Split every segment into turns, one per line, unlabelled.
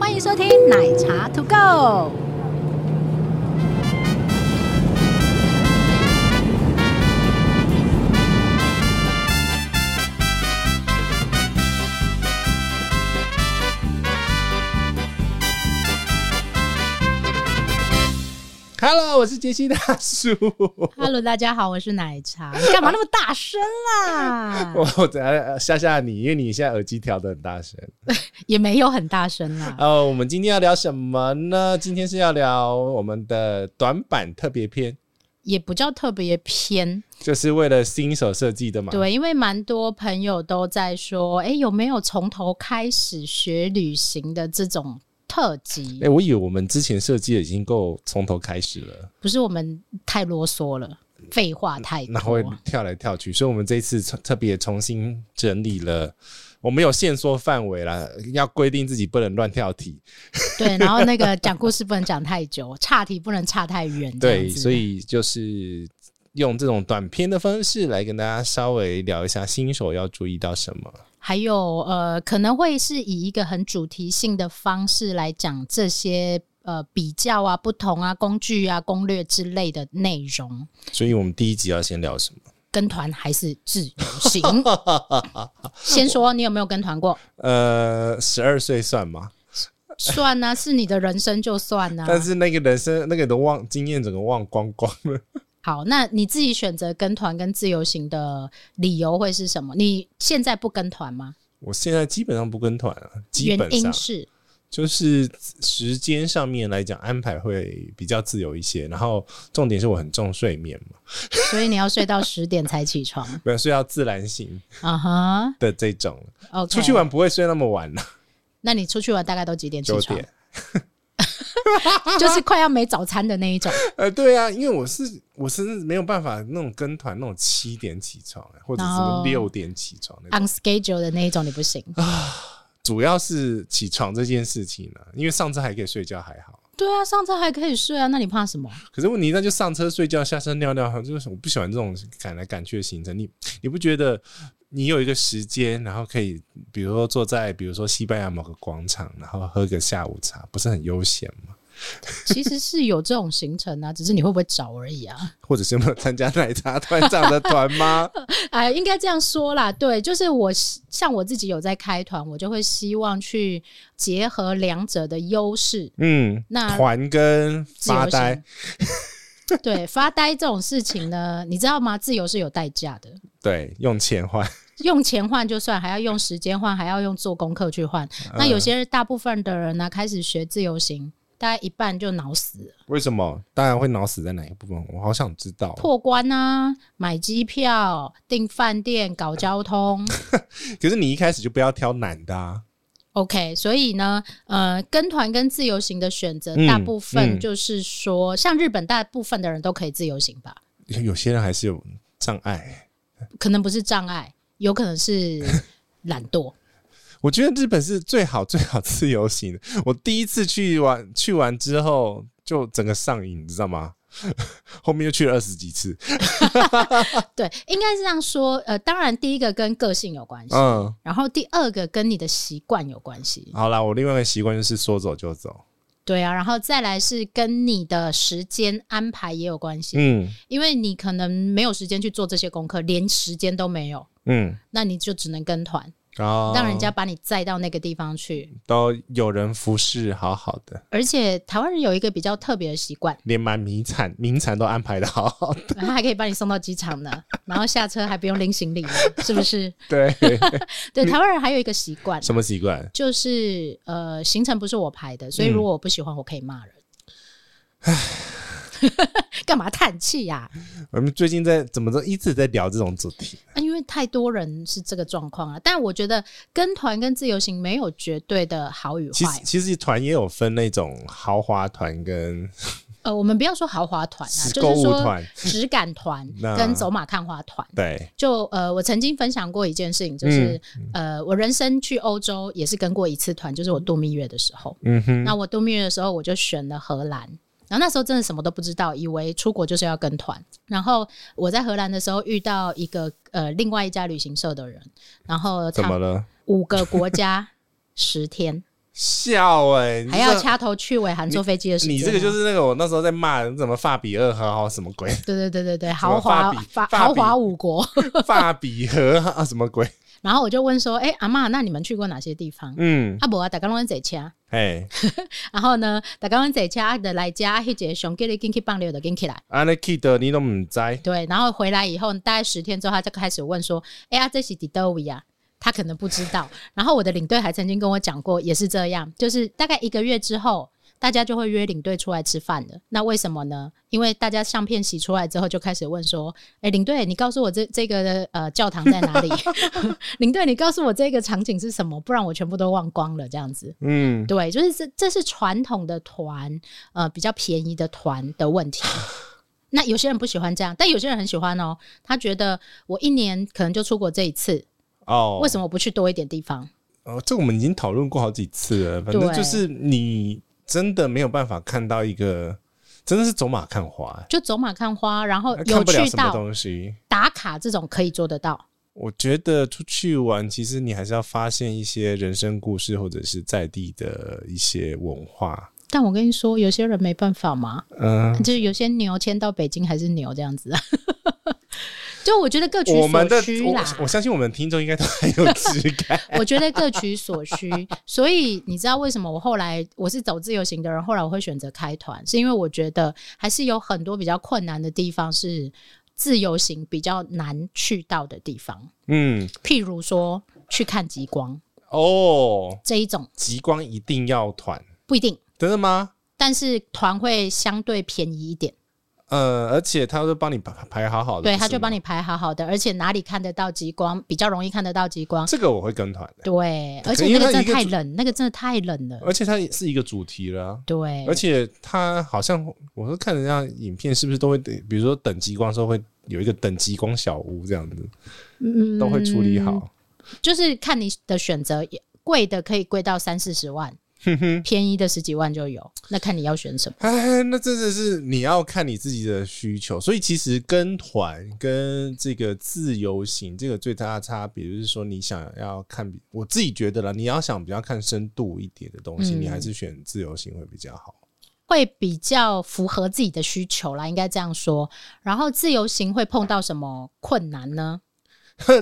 欢迎收听奶茶 To Go。
Hello，我是杰西大叔。
Hello，大家好，我是奶茶。你干嘛那么大声啊 啦？
我我等下呃吓吓你，因为你现在耳机调的很大声。
也没有很大声啊啦。
哦，我们今天要聊什么呢？今天是要聊我们的短板特别篇，
也不叫特别偏，
就是为了新手设计的嘛。
对，因为蛮多朋友都在说，哎、有没有从头开始学旅行的这种特辑？
哎、我以为我们之前设计的已经够从头开始了，
不是我们太啰嗦了，废话太
然后会
多。
跳来跳去，所以我们这一次特特别重新整理了。我们有限缩范围啦，要规定自己不能乱跳题，
对，然后那个讲故事不能讲太久，岔题不能岔太远。这样
对，
子
所以就是用这种短篇的方式来跟大家稍微聊一下新手要注意到什么。
还有呃，可能会是以一个很主题性的方式来讲这些呃比较啊、不同啊、工具啊、攻略之类的内容。
所以我们第一集要先聊什么？
跟团还是自由 行？先说你有没有跟团过？
呃，十二岁算吗？
算啊，是你的人生就算啊。
但是那个人生那个都忘经验，整个忘光光了。
好，那你自己选择跟团跟自由行的理由会是什么？你现在不跟团吗？
我现在基本上不跟团啊，基
原
本上
因是
就是时间上面来讲安排会比较自由一些。然后重点是我很重睡眠嘛，
所以你要睡到十点才起 床。
没有睡到自然醒
啊哈
的这种。
，OK。
出去，玩不会睡那么晚了，
那你出去玩大概都几点起
九
床
点？。
就是快要没早餐的那一种，
呃，对啊，因为我是我是没有办法那种跟团那种七点起床，欸或者什
然
么
后
六点起床那种。
on schedule 的那一种你不行。
主要是起床这件事情呢、啊因为上车还可以睡觉还好，
对啊，上车还可以睡啊，那你怕什么？
可是问题那就上车睡觉，下车尿尿，就是我不喜欢这种赶来赶去的行程。你你不觉得你有一个时间，然后可以比如说坐在比如说西班牙某个广场，然后喝个下午茶，不是很悠闲吗？
其实是有这种行程啊，只 是你会不会找而已啊。
或者是有没有参加奶茶团长的团吗？
哎，应该这样说啦，对，就是我希像我自己有在开团，我就会希望去结合两者的优势。
嗯，
那
团 跟
自由
发
行
呆。
对，发呆这种事情呢，你知道吗？自由是有代价的，
对，用钱换。
用钱换就算，还要用时间换，还要用做功课去换。那有些大部分的人呢，开始学自由行，大概一半就脑死了。
为什么？当然会脑死在哪一部分？我好想知道。
破关啊，买机票、订饭店、搞交通。
可是你一开始就不要挑难的啊。
OK，所以呢，呃，跟团跟自由行的选择，
嗯
大部分
嗯
就是说，像日本，大部分的人都可以自由行吧？
有有些人还是有障碍。
可能不是障碍，有可能是懒惰。
我觉得日本是最好最好自由行的。我第一次去玩，去完之后就整个上瘾，你知道吗？ 后面又去了二十几次。
对，应该是这样说。呃，当然，第一个跟个性有关系，
嗯，
然后第二个跟你的习惯有关系。
好啦，我另外一个习惯就是说走就走。
对啊，然后再来是跟你的时间安排也有关系，
嗯
因为你可能没有时间去做这些功课，连时间都没有。
嗯，
那你就只能跟团，
然后
让人家把你载到那个地方去。
都有人服侍，好好的，，
而且台湾人有一个比较特别的习惯
连买名产名产都安排的好好的。
然后还可以把你送到机场呢，然后下车还不用拎行李呢，是不 是？
对，
对，台湾人还有一个习惯，
什么习惯？
就是呃，行程不是我排的，所以如果我不喜欢，我可以骂人。
嗯
干嘛叹气啊呀、
我们最近在怎么着一直在聊这种主题，
啊？因为太多人是这个状况啊。但我觉得跟团跟自由行没有绝对的好与
其实
坏。啊
其实团也有分那种豪华团跟
呃，我们不要说豪华团啊，就
购
是
物
说
团，
质感团
那
跟走马看花团。
对，
就呃，我曾经分享过一件事情，
嗯
就是、呃，我人生去欧洲也是跟过一次团，就是我度蜜月的时候。
嗯哼，
那我度蜜月的时候，我就选了荷兰。然后那时候真的什么都不知道，以为出国就是要跟团。然后我在荷兰的时候遇到一个呃另外一家旅行社的人，然后
怎
他
么了？
五个国家十天，
笑哎、你
还
这
要
个
掐头去尾，含坐飞机的时间啊。
你这个就是那个我那时候在骂你怎么法比二和好什么鬼，
对对对对对，
么
豪华
法比
法
法
豪
比
华五国。
法比和啊什么鬼？
然后我就问说：“哎、阿嬷，那你们去过哪些地方？”
嗯，
啊，无啊，大家拢在坐车，
哎，
然后呢，大家拢坐车啊就来家，迄个熊给你进去放流的进起来，
安尼记得你都唔知，
对，然后回来以后，大概十天之后，他就开始问说：“哎、呀、这是迪多维啊？”他可能不知道。然后我的领队还曾经跟我讲过，也是这样，就是大概一个月之后，大家就会约领队出来吃饭了。那为什么呢？因为大家相片洗出来之后，就开始问说：“哎、领队，你告诉我这这个呃教堂在哪里？ 领队，你告诉我这个场景是什么？不然我全部都忘光了。”这样子。
嗯，
对，就是这这是传统的团，呃，比较便宜的团的问 题。那有些人不喜欢这样，但有些人很喜欢哦。他觉得我一年可能就出国这一次，
哦，
为什么不去多一点地方？
哦，这我们已经讨论过好几次了。反正
对
就是你真的没有办法看到一个，真的是走马看花、欸
就走马看花，然后有
看不了
去
什么
到
东西。
打卡这种可以做得到。
我觉得出去玩，其实你还是要发现一些人生故事，或者是在地的一些文化。
但我跟你说，有些人没办法嘛，
嗯、
就是有些牛迁到北京还是牛这样子。啊 就我觉得各取
呃我们的
所需啦。
我我相信我们听众应该都很有质感。
我觉得各取所需，所以你知道为什么我后来我是走自由行的人，后来我会选择开团，是因为我觉得还是有很多比较困难的地方是自由行比较难去到的地方，
嗯，
譬如说去看极光
哦，
这一种
极光一定要团，
不一定，
真的吗？
但是团会相对便宜一点，
呃，而且他都帮你排排好好的，
对，
不是
他就
吗
帮你排好好的，而且哪里看得到极光比较容易看得到极光，
这个我会跟团的，
对，而
可
且
因
那
为
个
它
真
一
的
个
太
主
冷，那个真的太冷了，
而且它也是一个主题了啊、
对
而，且它好像我说看人家影片，是不是都会等，比如说等极光的时候会有一个等极光小屋这样子，
嗯
都会处理好。
就是看你的选择，也贵的可以贵到三四十万，便宜的十几万就有，那看你要选什么。
哎，那真的是你要看你自己的需求，所以其实跟团跟这个自由行这个最大的差别，就是说你想要看比，我自己觉得啦，你要想比较看深度一点的东西，
嗯
你还是选自由行会比较好。
会比较符合自己的需求啦，应该这样说。然后自由行会碰到什么困难呢？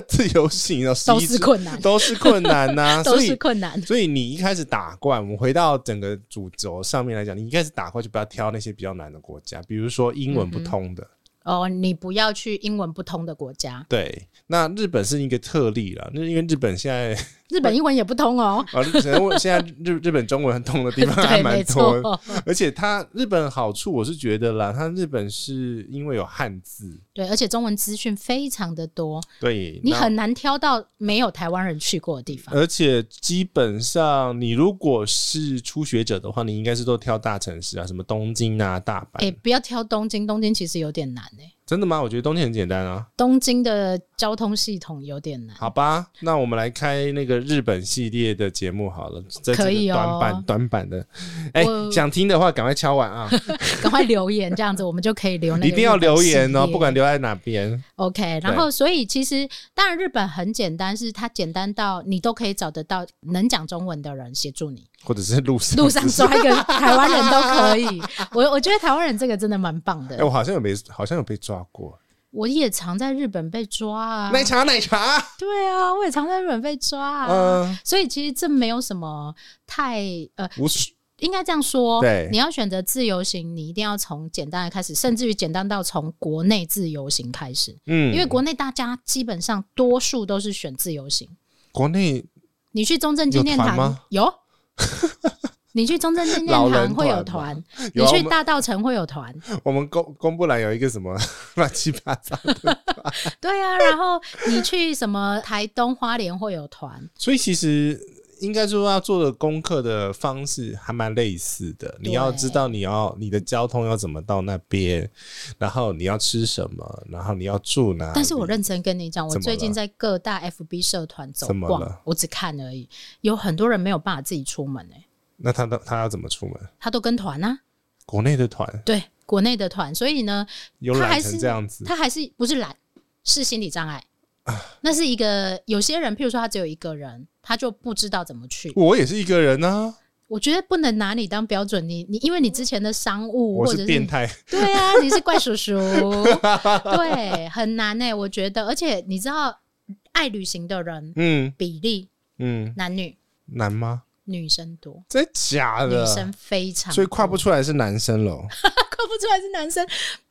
自由行啊，十
都
一
是
次
困难，
都是困难 呐、
都
啊所以
是困难。
所以你一开始打怪，我们回到整个主轴上面来讲，你一开始打怪就不要挑那些比较难的国家，比如说英文不通的。
哦，你不要去英文不通的国家，
对，那日本是一个特例了，那因为日本现在
日本英文也不通 哦。
啊，日本现在日日本中文很通的地方还
对，没
蛮多的，
错，
而且它日本好处我是觉得啦，它日本是因为有汉字，
对，而且中文资讯非常的多，
对，
你
嗯那呃
很难挑到没有台湾人去过的地方。
而且基本上，你如果是初学者的话，你应该是都挑大城市啊，什么东京啊、大阪。
哎、不要挑东京，东京其实有点难哎、
真的吗？我觉得东京很简单啊。
东京的交通系统有点难。
好吧，那我们来开那个日本系列的节目好了，在这
可
个
以哦
短板、短板的，哎、
我
想听的话赶快敲完啊，
赶快留言，这样子我们就可以留那个
一定要留言哦，
日本系列
不管留在哪边。
OK。然后，所以其实当然日本很简单，是它简单到你都可以找得到能讲中文的人协助你，
或 者是路上，
路上抓一个台湾人都可以。我我觉得台湾人这个真的蛮棒
哎、
的，
我好像有被，好像有被抓过，
我也常在日本被抓啊，
奶茶奶茶，
对啊，我也常在日本被抓啊。
嗯
所以其实这没有什么太呃，
无所
应该这样说，
对
你要选择自由行，你一定要从简单的开始，甚至于简单到从国内自由行开始，
嗯，
因为国内大家基本上多数都是选自由行。
国内
你去中正纪念
有团
堂
吗
有， 你去中正纪念
老人
堂
团
会有
吧
团，你
有啊
去
我们
大道城会有团，
我们公公布栏有一个什么乱七八糟，
对 啊，然后你去什么台东花莲会有团，
所以其实应该说要做的功课的方式还蛮类似的。你要知道你要你的交通要怎么到那边，然后你要吃什么，然后你要住哪里。
但是我认真跟你讲，我
怎么
最近
了
在各大 FB 社团走
怎么
逛
了，
我只看而已，有很多人没有办法自己出门哎、
那他的他要怎么出门？
他都跟团啊，
国内的团
对国内的团，所以呢，
有
他还
懒
是
成这样子，
他还是不是懒，是心理障碍。
啊
那是一个有些人，譬如说他只有一个人，他就不知道怎么去。
我也是一个人啊，
我觉得不能拿你当标准，你你因为你之前的商务
我
或者
是
是
变态，
对啊，你是怪叔叔，对，很难呢、我觉得，而且你知道，爱旅行的人
嗯
比例
嗯，
男女
难吗？
女生多，
真假
女
的？
生非常多，
所以跨不出来是男生喽。
看不出来是男生，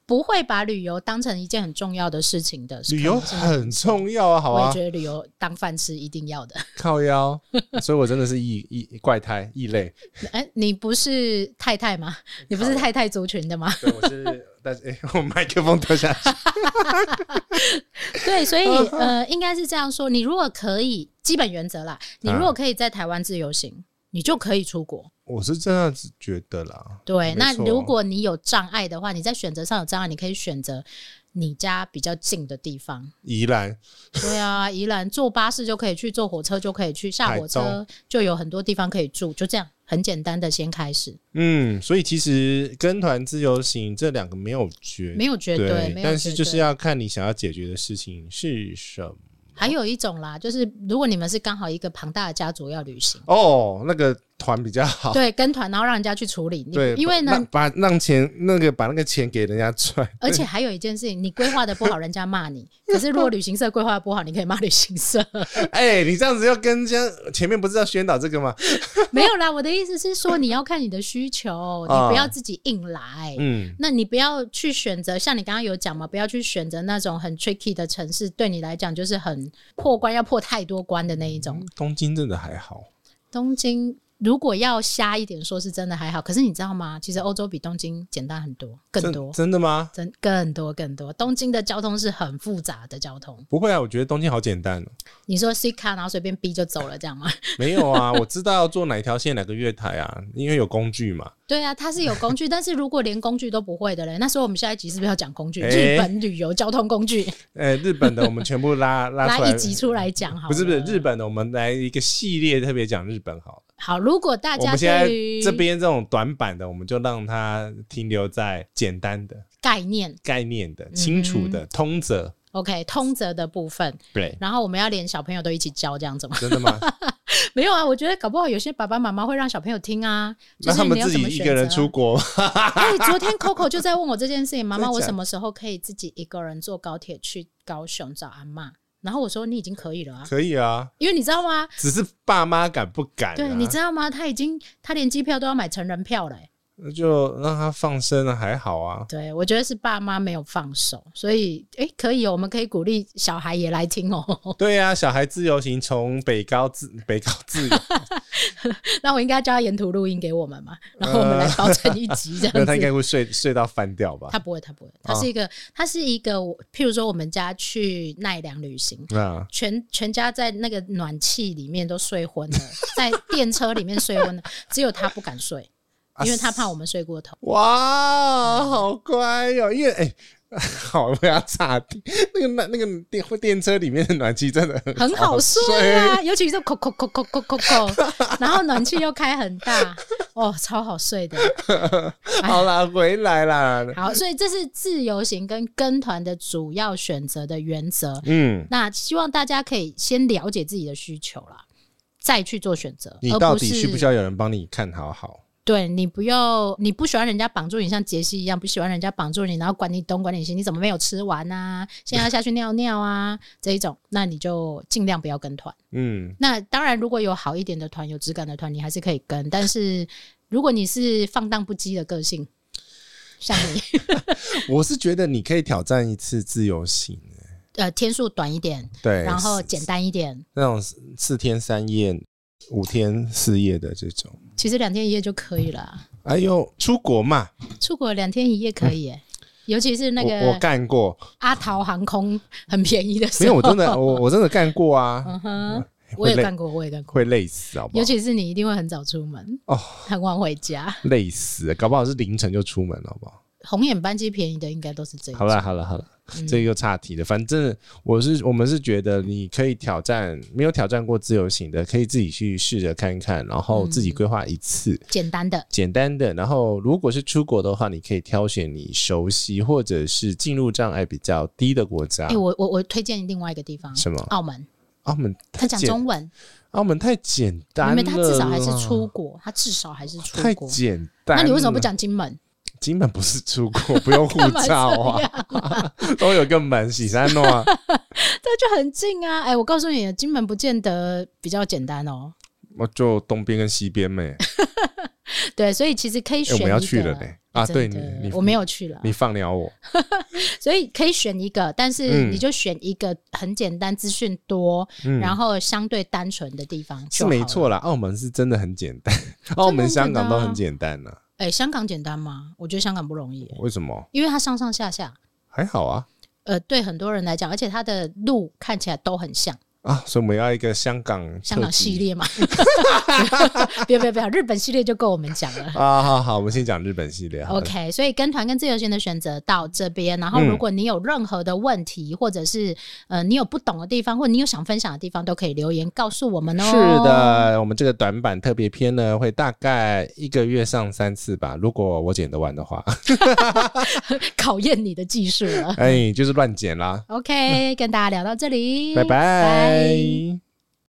不会把旅游当成一件很重要的事情的。
旅
可
游
能是男
很重要啊，好
嗯我也
啊，
觉得旅游当饭吃一定要的。
靠腰。所以我真的是异异怪胎异类，
哎、你不是太太吗？你不是太太族群的 吗？
对，我是，但是、诶哎 我麦克风掉下去，
对，所以
嗯
呃，应该是这样说：你如果可以，基本原则啦，
嗯
你如果可以在台湾自由行，你就可以出国。
我是这样子觉得啦。
对，
嗯没
那
错
如果你有障碍的话，你在选择上有障碍，你可以选择你家比较近的地方。
宜兰
对 啊，宜兰坐巴士就可以去，坐火车就可以去，下火
台
车就有很多地方可以住，就这样很简单的先开始，
嗯，所以其实跟团自由行这两个没有绝
没有绝对，没有
但是
绝
就是
对
要看你想要解决的事情是什么。
还有一种啦，就是如果你们是刚好一个庞大的家族要旅行，
哦，那个团比较好，
对，跟团然后让人家去处理，你
哦对，
因为呢，
把把让钱那个把那个钱给人家赚，
而且还有一件事情，你规划的不好，人家骂你；可是如果旅行社规划的不好，你可以骂旅行 社。
哎、你这样子要跟人家前面不是要宣导这个吗？
没有啦，我的意思是说，你要看你的需求，你不要自己硬来。
哦嗯，
那你不要去选择，像你刚刚有讲嘛，不要去选择那种很 tricky 的城市，对你来讲就是很破关，要破太多关的那一种。
东京真的还好，
东京如果要瞎一点说，是真的还好。可是你知道吗？其实欧洲比东京简单很多，更
真
多，
真的吗？
真更多更多。东京的交通是很复杂的交通，
不会啊，我觉得东京好简单、哦。
你说 C 卡，然后随便 B 就走了，这样吗？
没有啊，我知道要坐哪条线、哪个月台啊，因为有工具嘛。
对啊，它是有工具， 但是如果连工具都不会的嘞，那所以我们下一集是不是要讲工具？
哎
日本旅游交通工具，
呃、日本的我们全部拉拉
拿
出来，
一集出来讲好了。
不是不是日本的，我们来一个系列特别讲日本好了。
好，如果大
我
家
们现在
对于
这边这种短板的，我们就让它停留在简单的、
概念
概念
嗯
的、清楚的、通则。
OK 通则的部分，
对，
然后我们要连小朋友都一起教这样子吗？
真 的吗？
没有啊，我觉得搞不好有些爸爸妈妈会让小朋友听啊，就
那
是
他
你
们
要
自
怎
己
么
一
选择啊
个人出国，
哎、昨天 Coco 就在问我这件事情，妈妈，
真
我
假
什么时候可以自己一个人坐高铁去高雄找阿妈？然后我说你已经可以了啊，
可以啊，
因为你知道吗？
只是爸妈敢不敢、啊？
对，你知道吗？他已经他连机票都要买成人票了、欸。
那就让他放生了，还好啊。
对，我觉得是爸妈没有放手，所以哎、诶可以、哦，我们可以鼓励小孩也来听哦。
对呀、小孩自由行从北高自北高自由，
那我应该叫他沿途录音给我们嘛，然后我们来包成一集这 样
那呃他应
子。
该会睡睡到翻掉吧
他？不会，他不会，他是一个，他是一个我，譬如说我们家去奈良旅行，
啊，
全全家在那个暖气里面都睡昏了， 在电车里面睡昏了，只有他不敢睡，因为他怕我们啊睡过头。
哇，好乖哟、因为哎。 好，不要岔题。那个那那个电电车里面的暖气真的很
很好睡啊，尤其是扣扣扣扣扣扣 扣，然后暖气又开很大，哦，超好睡的。
好啦，回来啦。
好，所以这是自由行跟跟团的主要选择的原则。
嗯，
那希望大家可以先了解自己的需求啦，再去做选择，
你
而
到
不
底
是
需不需要有人帮你看好好？
对你不要，你不喜欢人家绑住你，像杰西一样不喜欢人家绑住你，然后管你东管你西，你怎么没有吃完 啊？现在要下去尿尿啊，这一种，那你就尽量不要跟团。
嗯，
那当然，如果有好一点的团，有质感的团，你还是可以跟。但是如果你是放荡不羁的个性，像你，
我是觉得你可以挑战一次自由行，
呃，天数短一点，
对，
然后简单一点，
那种四四天三夜、五天四夜的这种。
其实两天一夜就可以了啊。
哎呦，出国嘛，
出国两天一夜可以耶、 尤其是那
我我
个
干过，
阿桃航空很便宜的时候，
没有，我真的我我真的干过 啊，
嗯哼，我
会
也
累
干过，我也干过。
会累死，好不
尤
好？
其是你一定会很早出门
哦
很晚回家。
累死，搞不好是凌晨就出门，好不好？
红眼班机便宜的应该都是这一种。
好了，好了，好了，这个又岔题了。反正我是我们是觉得你可以挑战，没有挑战过自由行的，可以自己去试着看看，然后自己规划一次。
简单的，
简单的，然后如果是出国的话，你可以挑选你熟悉或者是进入障碍比较低的国家。
哎、我我我推荐另外一个地方，
啊什么
澳门，
澳门
他讲
简
中文，
澳门太简单了
因
啦，
为他至少还是出国，他至少还是出
太
国。
简单。
那你为什么不？讲金门？
金门不是出国，不用护照
干
啊，都有个门，喜山诺啊。
这就很近啊！哎、我告诉你，金门不见得比较简单哦。
我就东边跟西边 呗、
对，所以其实可以
哎
选
我
一个。
们要去了呢、啊！对
真
你
的，
你
我没有去了，
你放了我，
所以可以选一个，但是
嗯
你就选一个很简单、资讯多，
嗯，
然后相对单纯的地方
是
就好
没
了。
错啦。澳门是真的很简 单，澳门、香港都很简单呐、
哎、香港简单吗？我觉得香港不容易耶，
为什么？
因为它上上下下，
还好啊
呃，对很多人来讲，而且它的路看起来都很像
啊！所以我们要一个香港
香港系
列
列嘛。 不要不要不要，日本系列就够我们讲了。
啊！好好，我们先讲日本系列好了。嗯
OK，所以跟团跟自由行的选择到这边，然后如果你有任何的问题，或者是呃你有不懂的地方，或者你有想分享的地方，都可以留言告诉我们哦。
是，的，我们这个短版特别篇呢，会大概一个月上三次吧，如果我剪得完 的话。
考验你的技 术了。
哎，就是乱剪啦，
OK，跟大家聊到这里，
拜拜。
拜